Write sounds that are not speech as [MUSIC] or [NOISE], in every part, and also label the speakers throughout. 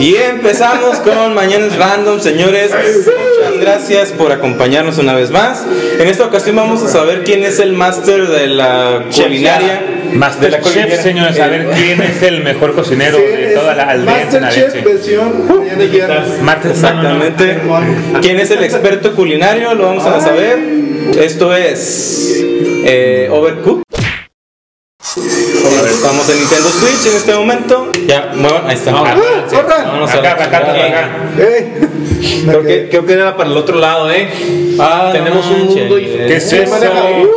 Speaker 1: Y empezamos con Mañanas Random, señores. Muchas gracias por acompañarnos una vez más. En esta ocasión vamos a saber quién es el máster de la culinaria. de la
Speaker 2: Masterchef,
Speaker 1: culinaria.
Speaker 2: señores, a
Speaker 3: Eh,
Speaker 2: ver quién es el mejor cocinero de toda la aldea. de
Speaker 4: Masterchef
Speaker 2: Narense.
Speaker 4: versión mañana viernes.
Speaker 2: Marte-
Speaker 1: Exactamente. ¿Quién es el experto culinario? Lo vamos a saber. Esto es eh, Overcooked. Estamos en Nintendo Switch en este momento. Ya, muevan, ahí está.
Speaker 2: No, no, no, no, sí.
Speaker 4: ¡Corran!
Speaker 1: Vámonos a la
Speaker 2: Ah, Acá, acá, acá,
Speaker 1: chingada.
Speaker 2: acá.
Speaker 4: Eh, me
Speaker 3: Creo que,
Speaker 4: quedé.
Speaker 3: creo que era para el otro lado, ¿eh?
Speaker 1: Ah,
Speaker 3: Tenemos un mundo y-
Speaker 2: ¿Qué es
Speaker 4: Sí, maneja.
Speaker 2: eso?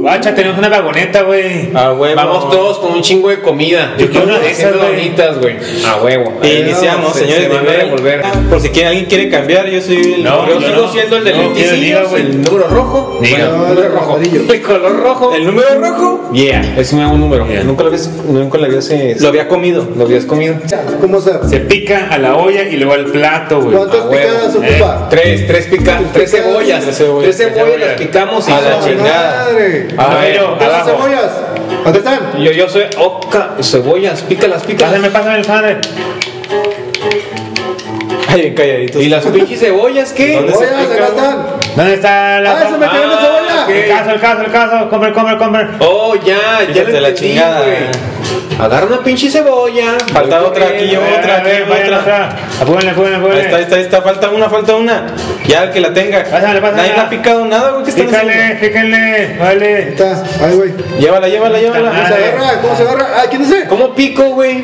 Speaker 2: Bacha, tenemos una vagoneta, güey.
Speaker 1: Ah, huevo.
Speaker 3: Vamos todos con un chingo de comida.
Speaker 2: Yo quiero una de
Speaker 3: Haciendo
Speaker 2: esas, güey.
Speaker 3: donitas, güey. A huevo.
Speaker 1: E iniciamos,
Speaker 3: Se-
Speaker 1: señores.
Speaker 3: se van a
Speaker 1: de-
Speaker 3: revolver.
Speaker 1: Por si quiere- alguien quiere cambiar, yo soy el
Speaker 2: No,
Speaker 3: Yo
Speaker 2: yo
Speaker 3: sigo
Speaker 2: no.
Speaker 3: siendo el del
Speaker 2: No, quiero liga,
Speaker 3: lenticillos,
Speaker 2: güey.
Speaker 3: el número rojo.
Speaker 2: Liga.
Speaker 3: Bueno, el número
Speaker 4: No,
Speaker 3: rojo.
Speaker 4: amarillo.
Speaker 3: [LAUGHS] El color rojo.
Speaker 1: el número rojo.
Speaker 3: Yeah. Es un nuevo número.
Speaker 2: Yeah.
Speaker 3: Nunca lo habías, nunca lo habías, eh,
Speaker 1: Lo había comido. [LAUGHS]
Speaker 3: lo habías comido.
Speaker 4: ¿Cómo se
Speaker 2: Se pica a la olla y luego al plato, güey.
Speaker 4: ¿Cuántas
Speaker 3: Ah, huevo.
Speaker 4: picadas
Speaker 2: Eh,
Speaker 4: ocupa?
Speaker 3: Tres, tres pica, tres cebollas.
Speaker 1: Tres cebollas.
Speaker 3: Tres cebollas las
Speaker 2: Cebollas.
Speaker 3: picamos y
Speaker 1: A la
Speaker 3: son-
Speaker 1: chingada.
Speaker 4: ¡Madre!
Speaker 3: A
Speaker 2: No,
Speaker 3: ver,
Speaker 2: yo-
Speaker 4: ¿Dónde están
Speaker 2: abajo.
Speaker 4: cebollas? ¿Dónde están?
Speaker 3: Yo, yo soy oca, cebollas, pícalas, pícalas.
Speaker 2: Pásame, pásame el jade.
Speaker 1: Ay, bien calladito.
Speaker 3: ¿Y las pinches cebollas qué?
Speaker 1: ¿Dónde se
Speaker 4: ¡Cebollas, acá están!
Speaker 2: ¿Dónde está la.?
Speaker 4: ¡Ah, se me cayó una
Speaker 3: Ah,
Speaker 4: cebolla!
Speaker 3: ok.
Speaker 2: El caso, el caso, el caso. Comer, comer, comer.
Speaker 3: Oh, ya, ya
Speaker 1: Fíjate
Speaker 3: lo
Speaker 1: la
Speaker 3: entendí,
Speaker 1: chingada.
Speaker 3: güey. Agarra una pinche cebolla.
Speaker 1: Faltaba
Speaker 3: Voy
Speaker 1: otra
Speaker 3: corriendo.
Speaker 1: aquí, yo.
Speaker 2: A ver,
Speaker 1: otra,
Speaker 2: a ver,
Speaker 1: aquí,
Speaker 2: vayan
Speaker 1: otra.
Speaker 2: atrás. Apúrenle, apúrenle,
Speaker 1: Ahí
Speaker 2: apúrenle.
Speaker 1: está, ahí está, ahí está. Falta una, falta una. Ya el que la tenga.
Speaker 2: Pásale, pásale.
Speaker 1: Nadie la ha picado nada, güey. ¿Qué están
Speaker 2: Pícale,
Speaker 1: haciendo?
Speaker 2: pícale. Vale.
Speaker 4: Está, ahí, güey.
Speaker 1: Llévala, llévala,
Speaker 4: ¿Cómo se
Speaker 2: Ah,
Speaker 1: llévala.
Speaker 4: agarra? ¿Cómo se agarra? Ah, ¿quién es ese?
Speaker 3: ¿Cómo pico, güey?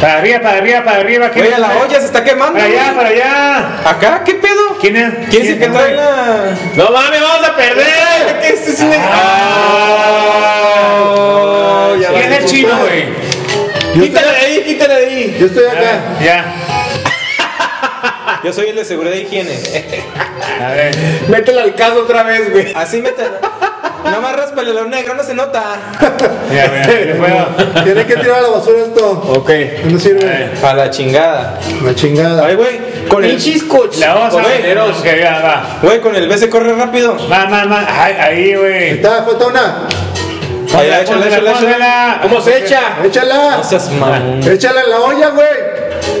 Speaker 2: Para arriba, para arriba, para arriba. ¿Quién
Speaker 1: Güey,
Speaker 2: es?
Speaker 1: a la olla se está quemando.
Speaker 2: Para allá,
Speaker 1: güey.
Speaker 2: para allá.
Speaker 1: ¿Acá? ¿Qué pedo?
Speaker 2: ¿Quién es?
Speaker 1: ¿Quién es el que trae la.? Ah.
Speaker 3: No mames, vamos a perder. ¿Qué
Speaker 2: Este
Speaker 3: es esto?
Speaker 1: Oh, ya
Speaker 2: ¿Quién
Speaker 1: valió.
Speaker 2: es chino, güey?
Speaker 3: Quítala de ahí, quítala de ahí.
Speaker 4: Yo estoy acá.
Speaker 2: Ya, ya.
Speaker 1: Yo soy el de seguridad e higiene.
Speaker 2: A ver.
Speaker 3: Métela al caso otra vez, güey.
Speaker 1: Así me
Speaker 2: [LAUGHS]
Speaker 1: Nada más ráspale lo negro, no se nota.
Speaker 2: Mira, mira, le
Speaker 1: [LAUGHS]
Speaker 2: puedo.
Speaker 4: Tienen que tirar a la basura esto.
Speaker 1: Ok.
Speaker 4: No
Speaker 2: Ah.
Speaker 4: sirve.
Speaker 1: A la chingada.
Speaker 4: La chingada.
Speaker 1: Ay, güey. Con el
Speaker 3: Pinches coches.
Speaker 2: La vamos a ver.
Speaker 3: Comeros.
Speaker 2: Ok, ya, va.
Speaker 1: Güey, con el B se corre rápido.
Speaker 2: Va, va, va. Ay, ahí, güey.
Speaker 4: Está, falta una.
Speaker 1: Ahí, échale, échale, échale.
Speaker 2: pónsela.
Speaker 3: ¿Cómo se echa?
Speaker 1: No
Speaker 2: Ah,
Speaker 4: Échala.
Speaker 1: seas mamón.
Speaker 4: Échala en la olla, güey.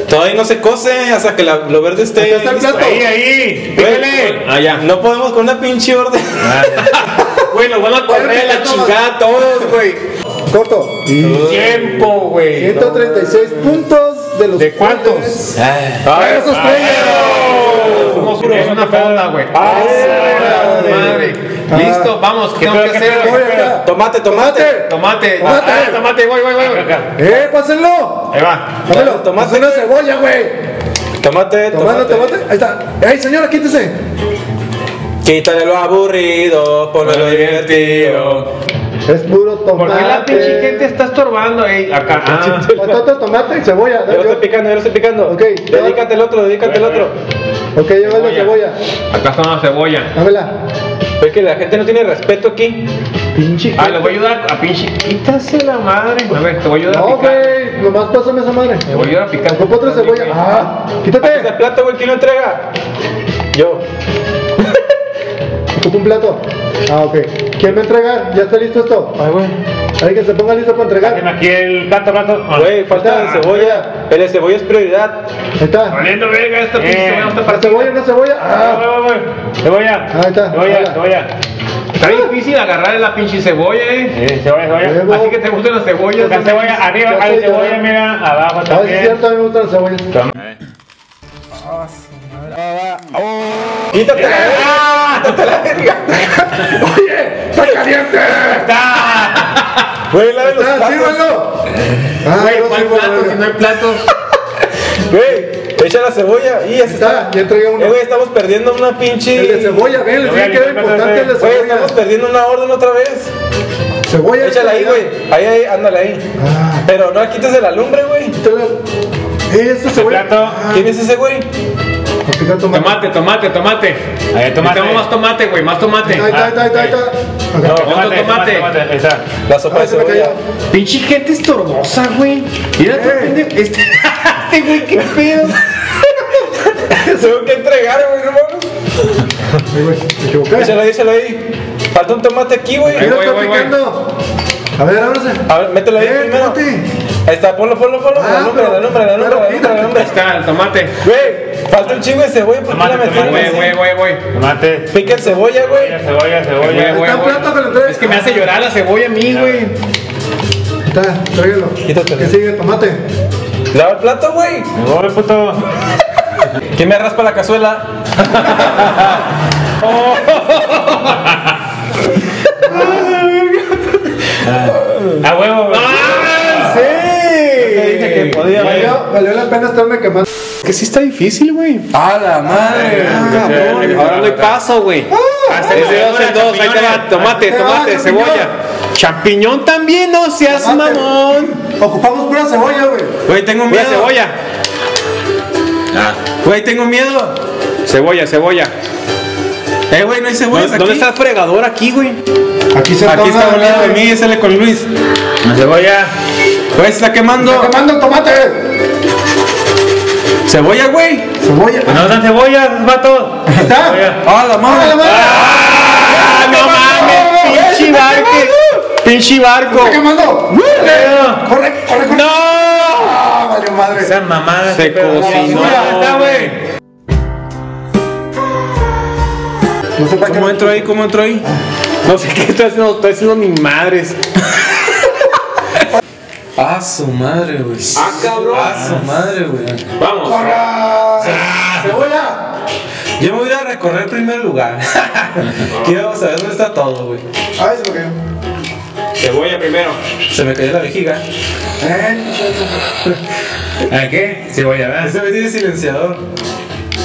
Speaker 1: Todavía no se cose hasta que la- lo verde esté.
Speaker 4: Acá está el
Speaker 1: listo.
Speaker 4: plato.
Speaker 2: Ahí, ahí.
Speaker 1: Güey,
Speaker 2: Pícale.
Speaker 3: Ah, ya. Ah,
Speaker 1: No podemos con una pinche orden. [LAUGHS]
Speaker 3: Güey, nos van a correr a la chingada todos, güey.
Speaker 4: Corto.
Speaker 2: Tiempo, güey.
Speaker 4: 136 puntos de los
Speaker 2: ¿De cuántos?
Speaker 4: cuales-
Speaker 1: Ah,
Speaker 4: ¡Eso es todo!
Speaker 3: Es una fonda, güey.
Speaker 2: Ah,
Speaker 3: Ah,
Speaker 4: madre.
Speaker 3: madre.
Speaker 4: Ah.
Speaker 3: Listo, vamos. ¿Qué tengo
Speaker 2: pedo,
Speaker 3: que
Speaker 2: qué
Speaker 3: hacer,
Speaker 2: pedo,
Speaker 4: Voy
Speaker 3: güey?
Speaker 4: acá.
Speaker 1: Tomate, tomate.
Speaker 3: Tomate.
Speaker 4: Tomate.
Speaker 3: Ah, tomate, voy, voy, voy. güey.
Speaker 2: Acá.
Speaker 4: ¡Eh, pásenlo!
Speaker 2: Ahí va.
Speaker 4: Dámelo,
Speaker 1: Tomate.
Speaker 4: tomate una cebolla, güey.
Speaker 1: Tomate,
Speaker 4: Tomando
Speaker 1: tomate.
Speaker 4: tomate. Ahí está. ¡Ey, señora, quítese!
Speaker 1: Quítale lo aburrido, ponme lo divertido.
Speaker 4: Es puro tomate.
Speaker 2: ¿Por qué la
Speaker 3: Pinche gente está estorbando, ey. Acá. Ah.
Speaker 4: Patata, tomate y cebolla.
Speaker 1: Ya lo
Speaker 4: Yo-
Speaker 1: estoy picando, ya lo estoy picando.
Speaker 4: Ok.
Speaker 1: Dedícate al otro, dedícate al otro.
Speaker 4: Ok, llévale la
Speaker 3: Cebolla.
Speaker 4: cebolla.
Speaker 3: Acá está una cebolla.
Speaker 4: Dámela.
Speaker 1: Es que la gente no tiene respeto aquí.
Speaker 4: Pinche.
Speaker 3: Ah, le voy a ayudar a pinche. Quítase la madre, güey. A ver, te voy a ayudar a
Speaker 4: No,
Speaker 3: picar.
Speaker 4: güey. Nomás pásame esa madre.
Speaker 3: Te voy a ayudar a picar.
Speaker 4: Ocupo otra cebolla. Ah, quítate.
Speaker 1: Ese plato, güey, ¿quién lo entrega? Yo.
Speaker 4: Ocupo un plato. Ah, ok. ¿Quién va a entregar? ¿Ya está listo esto?
Speaker 1: Ay, güey.
Speaker 4: Alguien que se ponga listo para
Speaker 2: Tengo
Speaker 4: entregar.
Speaker 2: aquí el plato, plato.
Speaker 1: Güey, falta
Speaker 4: Ah.
Speaker 1: de cebolla. El de cebolla es prioridad.
Speaker 4: Ahí está.
Speaker 3: Valiendo verga esta pinche
Speaker 2: Eh.
Speaker 3: cebolla, no está
Speaker 4: Una
Speaker 3: partida.
Speaker 4: cebolla, una cebolla. Ah,
Speaker 2: Cebolla.
Speaker 4: Ahí está.
Speaker 2: Cebolla,
Speaker 4: Hola.
Speaker 2: cebolla.
Speaker 3: Está difícil agarrar la pinche cebolla, eh.
Speaker 2: Eh, Cebolla, cebolla.
Speaker 4: Huevo.
Speaker 3: Así que te gustan las cebollas.
Speaker 2: Acá cebolla, arriba
Speaker 4: Ya
Speaker 2: hay
Speaker 4: estoy
Speaker 2: cebolla,
Speaker 4: llorando.
Speaker 2: mira, abajo
Speaker 4: a ver si es
Speaker 2: también.
Speaker 4: Ah, cierto. A mí me gustan las cebollas.
Speaker 1: Quítate la verga.
Speaker 2: ¡Está!
Speaker 1: Güey, la de los
Speaker 4: Ah,
Speaker 1: platos.
Speaker 4: sírvanlo. Ah,
Speaker 3: Güey,
Speaker 4: no
Speaker 3: ¿cuál
Speaker 4: sirvo,
Speaker 3: plato?
Speaker 4: verga.
Speaker 3: Si no hay plato.
Speaker 1: Güey, echa la cebolla. Y ya se
Speaker 4: Está,
Speaker 1: está.
Speaker 4: ya entregué uno.
Speaker 1: Eh, güey, estamos perdiendo una pinche.
Speaker 4: El de cebolla, ven, les
Speaker 2: Yo
Speaker 4: dije
Speaker 2: voy
Speaker 4: que
Speaker 2: a
Speaker 4: era
Speaker 2: limpiar,
Speaker 4: importante el de
Speaker 1: Güey, estamos
Speaker 4: cebolla.
Speaker 1: perdiendo una orden otra vez.
Speaker 4: Cebolla.
Speaker 1: Échala ahí, güey. Ahí, ahí, ándale ahí.
Speaker 4: Ah.
Speaker 1: Pero no quites de la lumbre, güey.
Speaker 4: Eso Ah, cebolla. Pues
Speaker 2: plato.
Speaker 4: Ah,
Speaker 1: ¿Quién es ese güey?
Speaker 4: para picar tomate.
Speaker 3: Tomate, tomate, tomate.
Speaker 2: Ahí, tomate.
Speaker 3: Necesitamos más tomate, güey, más tomate.
Speaker 4: Ahí está, ahí está, ahí está, ahí está. Acá.
Speaker 3: otro tomate.
Speaker 2: Ahí está.
Speaker 1: La sopa
Speaker 4: Ah,
Speaker 1: de
Speaker 4: se me cayó.
Speaker 1: cebolla.
Speaker 3: Pinche gente estorbosa, güey. Mira tú,
Speaker 4: Eh.
Speaker 3: pendejo. Este
Speaker 4: [LAUGHS]
Speaker 3: este güey, qué pedo.
Speaker 1: Tengo que entregar, güey, no mames.
Speaker 4: Ahí, güey, me equivoqué.
Speaker 1: Échala ahí, échala ahí. Falta un tomate aquí, güey.
Speaker 3: Ahí
Speaker 4: Mira,
Speaker 3: voy,
Speaker 4: está
Speaker 3: voy, voy.
Speaker 4: picando. A ver, ábrase.
Speaker 1: A ver, mételo ahí
Speaker 4: Eh,
Speaker 1: primero.
Speaker 4: tomate.
Speaker 1: Ahí está, ponlo, ponlo, ponlo.
Speaker 4: Ah,
Speaker 1: la lumbre,
Speaker 4: pero-
Speaker 1: la lumbre, la lumbre, la lumbre,
Speaker 4: pero
Speaker 1: la
Speaker 3: Ahí
Speaker 1: lumbre.
Speaker 3: está, el tomate.
Speaker 1: Güey, falta un chingo de cebolla porque
Speaker 2: Tomate,
Speaker 1: la metieron
Speaker 2: tomate,
Speaker 3: Güey,
Speaker 1: así?
Speaker 3: güey, güey, güey.
Speaker 2: Tomate,
Speaker 1: Pica el cebolla, güey.
Speaker 2: cebolla, cebolla,
Speaker 3: Güey,
Speaker 2: cebolla.
Speaker 3: güey,
Speaker 4: Está
Speaker 3: güey.
Speaker 4: plata, pero entonces-
Speaker 3: Es que me hace llorar la cebolla a mí, güey.
Speaker 4: Está, tráigalo.
Speaker 1: Quítatelo.
Speaker 4: ¿Qué sigue? Tomate.
Speaker 1: Lava el plato, güey.
Speaker 2: Me voy, puto.
Speaker 1: ¿Quién me raspa la cazuela?
Speaker 2: A huevo, güey.
Speaker 3: Ah,
Speaker 1: Te dije que podía, güey.
Speaker 4: Valió, valió la pena estarme quemando.
Speaker 3: Que sí está difícil, güey.
Speaker 1: ¡A la madre!
Speaker 3: Cabrón, Ahora no hay paso, güey. Es de dos en dos. Ahí te va. Tomate,
Speaker 4: Ahí te va,
Speaker 3: tomate,
Speaker 4: champiñón.
Speaker 3: cebolla. Champiñón también, no seas
Speaker 4: Tomate.
Speaker 3: mamón.
Speaker 4: Ocupamos pura cebolla, güey.
Speaker 1: Güey, tengo
Speaker 3: Mira,
Speaker 1: miedo. Ah.
Speaker 3: cebolla.
Speaker 1: Güey, tengo miedo.
Speaker 3: Cebolla, cebolla.
Speaker 1: Eh, güey, no hay cebollas aquí.
Speaker 3: ¿Dónde,
Speaker 1: Ah,
Speaker 3: dónde está el fregador aquí, güey?
Speaker 4: Aquí se
Speaker 1: Aquí está
Speaker 4: toma,
Speaker 1: al lado de
Speaker 4: güey.
Speaker 1: mí, ese con Luis.
Speaker 2: Una cebolla.
Speaker 1: Güey, se está quemando.
Speaker 4: Está quemando el tomate.
Speaker 1: Cebolla, güey.
Speaker 4: Cebolla.
Speaker 2: No dan cebollas, vato.
Speaker 4: Aquí está.
Speaker 2: Cebolla.
Speaker 1: ¡A la
Speaker 4: ¡A la
Speaker 1: madre!
Speaker 4: madre!
Speaker 3: ¡Ah, no mames! ¡Pinche barco! ¡Pinche barco!
Speaker 4: ¡Está quemando!
Speaker 2: Pero,
Speaker 4: ¡Corre, corre, corre!
Speaker 3: ¡No!
Speaker 4: ¡Ah, valió madre!
Speaker 2: Esa mamada.
Speaker 3: Se
Speaker 2: qué pedo.
Speaker 3: cocinó.
Speaker 2: Ya está, güey.
Speaker 4: No sé para qué.
Speaker 1: ¿Cómo entro ahí? ¿Cómo entro ahí?
Speaker 3: [LAUGHS] No sé qué estoy haciendo, estoy haciendo ni
Speaker 1: [LAUGHS]
Speaker 3: madres.
Speaker 1: ¡Ah, su madre, güey! ¡Ah, cabrón! ¡Ah, su madre, güey!
Speaker 3: Vamos.
Speaker 4: ¡Corra! ¡Cebolla!
Speaker 1: Yo me voy a ir a recorrer el primer lugar. [LAUGHS] Quiero saber dónde está todo, güey.
Speaker 4: ¡Ay, se lo quemó!
Speaker 3: Cebolla primero.
Speaker 1: Se me cayó la vejiga.
Speaker 4: Eh,
Speaker 3: ¿Eh,
Speaker 2: ¿A qué? Cebolla, ¿verdad?
Speaker 1: Este güey tiene silenciador.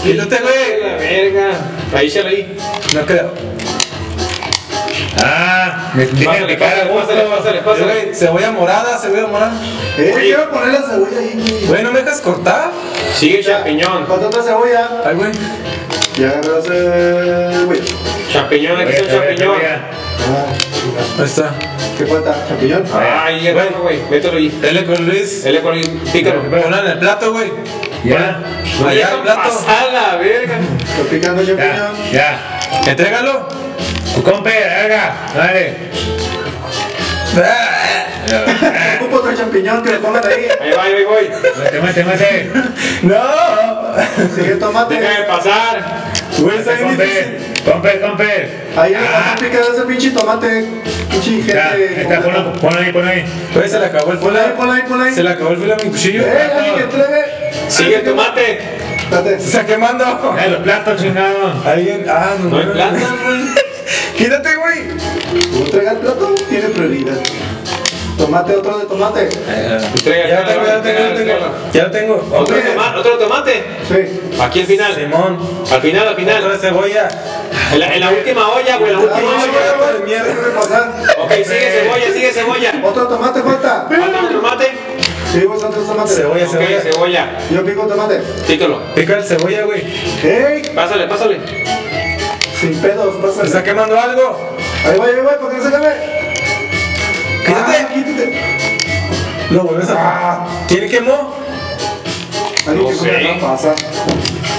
Speaker 1: ¡Quítate, güey!
Speaker 3: verga. Ahí se leí.
Speaker 1: No creo.
Speaker 2: Ah, me deja
Speaker 3: Pásale,
Speaker 2: de cara.
Speaker 3: pásale, pásale, pásale,
Speaker 1: Eh, güey, Cebolla morada, cebolla morada.
Speaker 4: Eh, quiero poner la cebolla ahí.
Speaker 1: Güey, ¿no me dejas cortar?
Speaker 3: Sigue champiñón.
Speaker 4: Falta otra cebolla.
Speaker 1: Ay, güey.
Speaker 4: Ya agarré la cebolla.
Speaker 3: Champiñón, aquí está el champiñón.
Speaker 4: Ah, chinga.
Speaker 1: Ahí está.
Speaker 4: ¿Qué falta? ¿Champiñón?
Speaker 1: Ah.
Speaker 3: Ay, ya bueno, güey. Mételo ahí.
Speaker 1: Dale con Luis.
Speaker 3: Dale por ahí. Pícalo.
Speaker 1: Ponla en el plato, güey.
Speaker 2: Ya,
Speaker 1: Allá el plato.
Speaker 3: Pasada, verga.
Speaker 4: Estoy picando
Speaker 2: ya,
Speaker 4: champiñón.
Speaker 2: ya.
Speaker 1: Entrégalo.
Speaker 4: Pues,
Speaker 2: Tu compa, verga. Dale.
Speaker 4: Ocupo otro champiñón que le pongan ahí.
Speaker 3: Ahí va, ahí voy.
Speaker 2: Mate, mate,
Speaker 4: [LAUGHS]
Speaker 2: mate.
Speaker 1: No.
Speaker 4: Sigue
Speaker 3: Déjame
Speaker 4: el tomate.
Speaker 3: pasar.
Speaker 1: Güey, está bien difícil.
Speaker 2: Compe, compe, compe.
Speaker 4: Ahí está picado ese pinche tomate. Pinche
Speaker 2: Ya, ahí
Speaker 4: ingente.
Speaker 2: está, ponlo, ponlo ahí, ponlo ahí.
Speaker 1: Güey, se le acabó el
Speaker 4: Ponla ahí,
Speaker 1: fila.
Speaker 4: ponla ahí, ponla ahí.
Speaker 1: Se le acabó el filo a mi cuchillo.
Speaker 4: Eh, alguien que entregue.
Speaker 3: Sigue el tomate.
Speaker 4: Espérate.
Speaker 1: Se está
Speaker 4: Oh.
Speaker 1: quemando.
Speaker 2: Dale los platos, chingado.
Speaker 1: Alguien. Ah, no.
Speaker 3: No hay
Speaker 1: no,
Speaker 3: plata,
Speaker 1: no.
Speaker 3: güey.
Speaker 1: Quítate, güey.
Speaker 4: ¿Tú entrega el plato? Tiene prioridad. Tomate, otro de tomate.
Speaker 3: Entrega,
Speaker 1: Ya lo tengo, ya lo
Speaker 3: entrega,
Speaker 1: tengo, ya lo
Speaker 3: entrega, entrega.
Speaker 1: tengo. Ya lo tengo.
Speaker 3: Otro
Speaker 1: Otro.
Speaker 3: tomate, otro tomate.
Speaker 4: Sí.
Speaker 3: Aquí al final.
Speaker 1: Limón.
Speaker 3: Al final, al
Speaker 1: Otra
Speaker 3: final.
Speaker 1: de cebolla.
Speaker 3: En la, en la última olla, güey, en la
Speaker 4: Ah,
Speaker 3: última
Speaker 4: güey,
Speaker 3: olla.
Speaker 4: güey, güey, déjame pasar.
Speaker 3: Ok, sigue cebolla, sigue cebolla.
Speaker 4: Otro tomate falta.
Speaker 3: Otro tomate.
Speaker 4: Sí, vos otro tomate.
Speaker 1: Cebolla,
Speaker 3: Ok,
Speaker 1: cebolla.
Speaker 3: cebolla.
Speaker 4: Yo pico tomate.
Speaker 3: Título.
Speaker 1: Pica el cebolla, güey.
Speaker 4: ¡Ey!
Speaker 3: Pásale, pásale.
Speaker 4: Sin pedos,
Speaker 1: Se está
Speaker 4: pásale.
Speaker 1: quemando algo.
Speaker 4: Ahí va, ahí va, ¿por qué no se cabe?
Speaker 1: Quítate.
Speaker 4: Ah, quítate.
Speaker 1: Lo vuelves a.
Speaker 3: Ah.
Speaker 1: ¿Quién quemó?
Speaker 4: Alguien que
Speaker 3: Ok.
Speaker 4: come no pasa.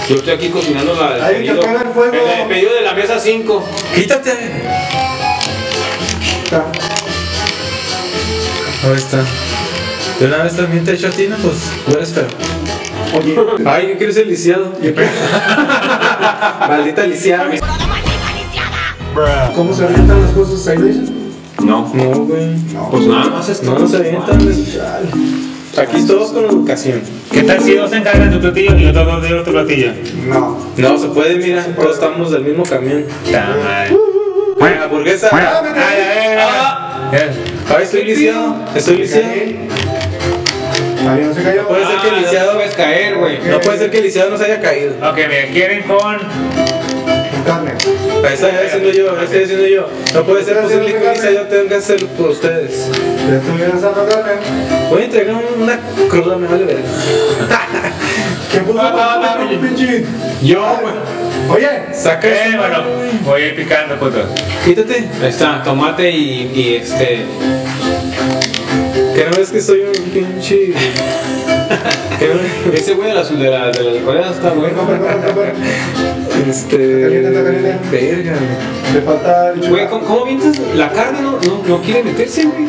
Speaker 3: Yo estoy aquí cocinando la del
Speaker 4: Ay, que
Speaker 3: pedido.
Speaker 4: apaga el fuego.
Speaker 3: El el pedido de la mesa 5.
Speaker 1: Quítate.
Speaker 4: Está.
Speaker 1: Ahí está. De una vez también te echo a ti, no, pues tú eres feo.
Speaker 4: Oye,
Speaker 1: Ay, yo quiero ser lisiado. Maldita lisiada.
Speaker 4: ¿cómo se avientan las cosas ahí?
Speaker 3: No,
Speaker 1: No, güey.
Speaker 3: pues nada más esto.
Speaker 1: No, no se avientan, güey. Aquí todos con educación.
Speaker 2: ¿Qué tal si dos se encargan de un platillo y otros dos de otro platillo?
Speaker 4: No.
Speaker 1: No, se puede, mira, todos estamos del mismo camión.
Speaker 2: Está mal.
Speaker 1: La hamburguesa.
Speaker 4: Ah, me
Speaker 2: Ay,
Speaker 4: caí. Ah.
Speaker 2: ay, ay, ay.
Speaker 1: Ay, estoy lisiado. Estoy
Speaker 4: Me
Speaker 1: lisiado.
Speaker 4: caí. Ay, no se cayó.
Speaker 1: Puede ser que
Speaker 3: Ah,
Speaker 1: lisiado.
Speaker 3: no puedes caer, güey.
Speaker 1: No puede ser que lisiado no se haya caído.
Speaker 2: Ok, me quieren con.
Speaker 4: Con carne.
Speaker 1: Ahí está, ya estoy haciendo yo, ya estoy haciendo yo. No puede ser posible que lisiado tenga que hacer por ustedes.
Speaker 4: Ya estuvieron asando carne.
Speaker 1: Voy a entregar un- una cruda, me vale verga.
Speaker 4: ¿Quién puso
Speaker 3: Ah, ah, ah,
Speaker 4: tomate, pinche?
Speaker 3: Yo, güey.
Speaker 4: Oye.
Speaker 1: Saca
Speaker 2: Eh,
Speaker 1: esa
Speaker 2: bueno,
Speaker 1: madre, güey.
Speaker 2: voy a ir picando, puto.
Speaker 1: Quítate.
Speaker 3: Ahí Está, tomate y, y este.
Speaker 1: Que no ves que soy un pinche. que no-
Speaker 3: Ese güey de las de la, de las coreanas está bueno.
Speaker 4: Come, come, come.
Speaker 1: Este.
Speaker 4: caliente, está caliente.
Speaker 1: Verga,
Speaker 4: Le falta el
Speaker 3: Güey,
Speaker 4: chulo.
Speaker 3: ¿cómo, cómo avientas la carne? No, no, no quiere meterse, güey.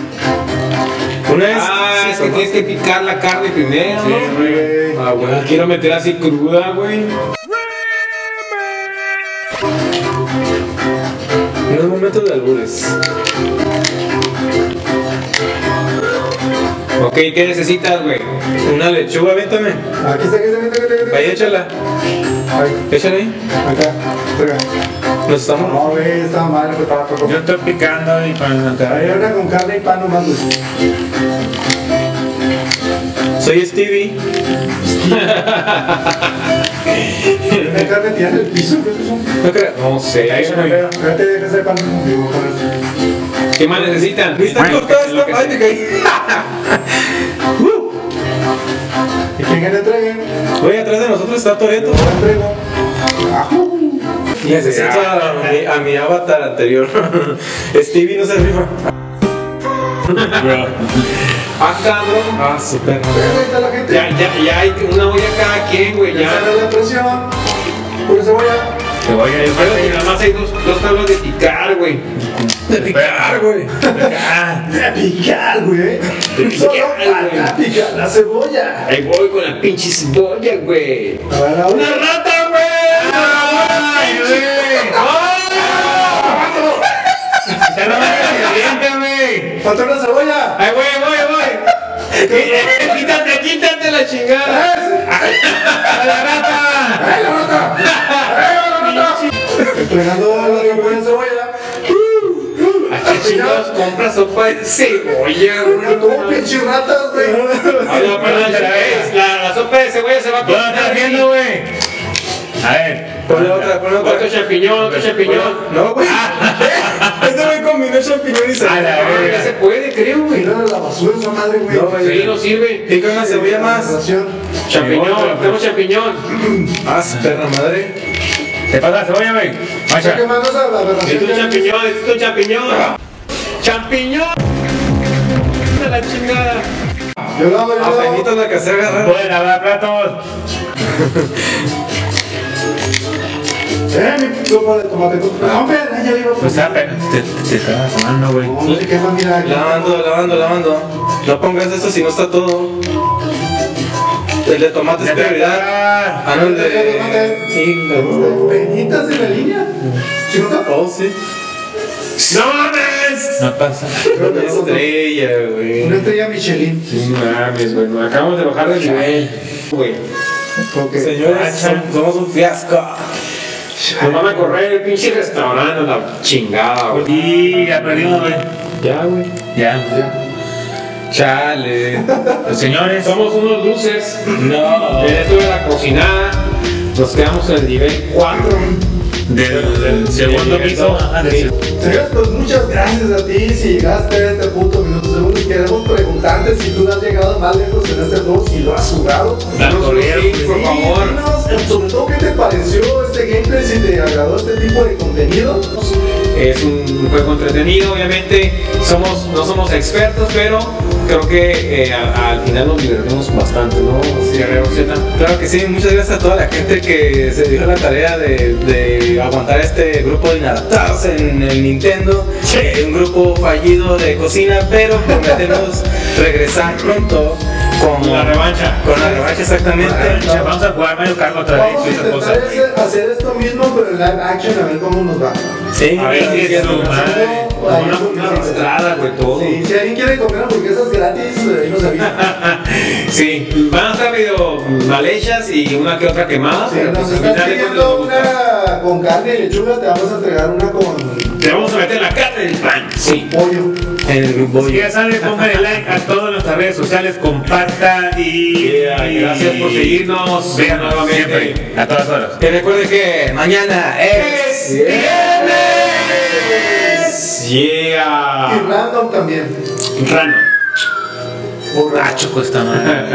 Speaker 1: Una vez.
Speaker 5: Ah,
Speaker 1: sí,
Speaker 5: es que tienes que picar la carne primero. ¿no?
Speaker 4: güey.
Speaker 5: Ah, güey, la quiero meter así cruda, güey.
Speaker 1: En un momento de albures.
Speaker 5: Ok, ¿qué necesitas, güey?
Speaker 1: Una lechuga, aviéntame.
Speaker 4: Aquí está, aquí está, aquí está, aquí está.
Speaker 1: Ahí échala.
Speaker 4: Ahí,
Speaker 1: Échala ahí.
Speaker 4: acá, acá.
Speaker 1: Nos estamos.
Speaker 4: No, güey, esta madre preparada por
Speaker 2: Yo estoy picando y con
Speaker 4: Ahí una con carne y pan nomás, güey.
Speaker 1: Soy Stevie.
Speaker 4: Una carne tirada en el piso, ¿qué es eso?
Speaker 1: No creo.
Speaker 5: No sé, güey.
Speaker 4: Pero, pero te dejas el pan. Digo, con eso.
Speaker 5: ¿Qué más necesitan?
Speaker 1: ¿Me está
Speaker 2: Bueno,
Speaker 1: cortada
Speaker 5: es lo
Speaker 1: esta?
Speaker 5: que
Speaker 1: Ay,
Speaker 5: sí.
Speaker 1: me caí. [LAUGHS]
Speaker 4: Y que le entreguen, yo
Speaker 1: Voy atrás de nosotros está Toreto.
Speaker 4: lo entrego.
Speaker 1: Necesito a mi, a mi avatar anterior. [LAUGHS] Stevie no se rifa.
Speaker 5: Ah, cabrón.
Speaker 1: Ah, su perro.
Speaker 4: Ahí está la gente.
Speaker 5: Ya, ya, ya hay una olla cada quien, güey.
Speaker 4: Ya
Speaker 5: Ya.
Speaker 4: agarra la presión. Pura cebolla.
Speaker 2: Cebolla y
Speaker 5: Pero nada más hay dos, dos tablas de picar, güey.
Speaker 1: De picar, güey.
Speaker 4: De picar, güey. Solo falta picar la cebolla.
Speaker 5: Ahí voy con la pinche cebolla, güey.
Speaker 4: A ver, ahora.
Speaker 5: ¡Una rata, güey! ¡Ay, güey! ¡Ah! ¡Se la madre caliente, güey!
Speaker 4: Falta una cebolla.
Speaker 5: ¡Ay, güey, voy, voy! Quí- ¡Quítate, quítate la chingada! ¡A la rata!
Speaker 4: ¡Ay, la nota! ¡Ay, la nota! Entregando a la cebolla cebolla.
Speaker 5: ¿A qué chingados compras sopa de cebolla,
Speaker 4: Pero tú,
Speaker 5: güey?
Speaker 4: pinche ratas, güey.
Speaker 5: Ay, Ah, no, perdón, es, la, la sopa de cebolla se va a
Speaker 2: ¿Tú lo estás viendo, güey? A ver.
Speaker 1: Ponle otra, ponle otra.
Speaker 5: Otro champiñón, otro champiñón.
Speaker 1: No, güey. Este güey combinó champiñón y
Speaker 2: A
Speaker 1: cebolla.
Speaker 2: la
Speaker 5: Ah, ya se
Speaker 2: verga.
Speaker 5: puede, creo, güey.
Speaker 4: Mira la basura esa madre, güey.
Speaker 1: No, güey.
Speaker 5: Sí, no sirve.
Speaker 1: Pica una cebolla más.
Speaker 4: Presión.
Speaker 5: Champiñón, tenemos champiñón.
Speaker 1: Ah, su perra madre.
Speaker 2: ¿Te pasa la cebolla, güey?
Speaker 4: Está
Speaker 2: Macha.
Speaker 4: quemando esa
Speaker 5: Es un
Speaker 4: aberración.
Speaker 5: champiñón, es un champiñón. ¡Champiñón! ¡A la chingada!
Speaker 4: Yo lo hago, yo
Speaker 1: A
Speaker 4: lo hago.
Speaker 1: Penito la que se agarrar.
Speaker 2: Pueden lavar platos.
Speaker 4: Eh, mi sopa de tomate. No, hombre, ahí ya iba.
Speaker 2: Pues está, pero te, te, te estaba sonando, güey.
Speaker 4: No, no se quema, mira. aquí.
Speaker 1: Lavando, lavando, lavando. No pongas eso si no está todo. El de tomate es
Speaker 2: Ya te
Speaker 1: prioridad.
Speaker 2: agarras.
Speaker 1: Ah, no, el de.
Speaker 4: Peñitas en la línea. Chico,
Speaker 1: Oh, sí.
Speaker 5: ¡No mames!
Speaker 2: No pasa.
Speaker 1: Una estrella,
Speaker 4: Una
Speaker 1: güey.
Speaker 4: estrella Michelin.
Speaker 5: No mames, güey, nos acabamos de bajar del nivel. Güey,
Speaker 4: Ok.
Speaker 1: Señores, som- somos un fiasco.
Speaker 5: nos van a correr el pinche restaurante a la chingada, güey.
Speaker 2: Y ya perdimos, güey.
Speaker 5: Ya, güey.
Speaker 2: Ya.
Speaker 4: Ya.
Speaker 1: Chale.
Speaker 2: Los señores.
Speaker 5: Somos unos luces.
Speaker 1: No.
Speaker 5: Dentro de la cocinada, nos quedamos en el nivel 4.
Speaker 2: Del, del segundo
Speaker 5: Sí,
Speaker 2: piso.
Speaker 5: sí.
Speaker 2: Ajá, del-
Speaker 4: Señores, pues muchas gracias a ti si llegaste a este punto minuto segundo. Queremos preguntarte si tú has llegado más lejos en este juego, si lo has jugado.
Speaker 5: Danos un
Speaker 2: corrieron,
Speaker 5: tip, por
Speaker 4: Sí,
Speaker 5: favor.
Speaker 4: dinos, sobre todo qué te pareció este gameplay, si te agradó este tipo de contenido.
Speaker 5: Es un juego entretenido, obviamente. Somos, no somos expertos, pero creo que eh, a- al final nos divertimos bastante, ¿no? Guerrero Z.
Speaker 1: Claro que sí, muchas gracias a toda la gente que se dio la tarea de, de aguantar este grupo de inadaptados en el Nintendo. Eh, un grupo fallido de cocina, pero prometemos regresar pronto con
Speaker 2: La revancha.
Speaker 1: Con la revancha, exactamente.
Speaker 2: Ya, Vamos a jugar Mario Kart otra vez
Speaker 5: Oh,
Speaker 4: Vamos a
Speaker 2: y esas
Speaker 4: intentar
Speaker 2: cosas.
Speaker 4: hacer- hacer esto mismo, pero en live action, a ver cómo nos va.
Speaker 1: Sí,
Speaker 2: A ver si es su madre. Como una, una
Speaker 5: Nada, güey, todo.
Speaker 4: Sí, si alguien quiere comer hamburguesas gratis, ahí nos avisa.
Speaker 5: [LAUGHS] Sí, van a estar medio mal hechas y una que otra quemada.
Speaker 4: Si
Speaker 5: pero
Speaker 4: nos
Speaker 5: pues al
Speaker 4: estás
Speaker 5: final de
Speaker 4: pidiendo
Speaker 5: cuentas nos gusta.
Speaker 4: una con carne y lechuga, te vamos a entregar una con
Speaker 5: Te vamos a meter la carne del pan. Sí.
Speaker 4: pollo.
Speaker 1: En el grupo.
Speaker 2: Si ya saben, pónganle like a todas nuestras redes sociales, compartan y.
Speaker 5: Yeah, gracias por seguirnos.
Speaker 2: Vean
Speaker 5: Nuevamente.
Speaker 2: siempre, a todas horas.
Speaker 1: Y recuerden que mañana eh. es.
Speaker 5: Yeah.
Speaker 4: Y random también.
Speaker 5: Ah.
Speaker 2: Rano.
Speaker 4: Borracho.
Speaker 2: Cacho, cuesta madre.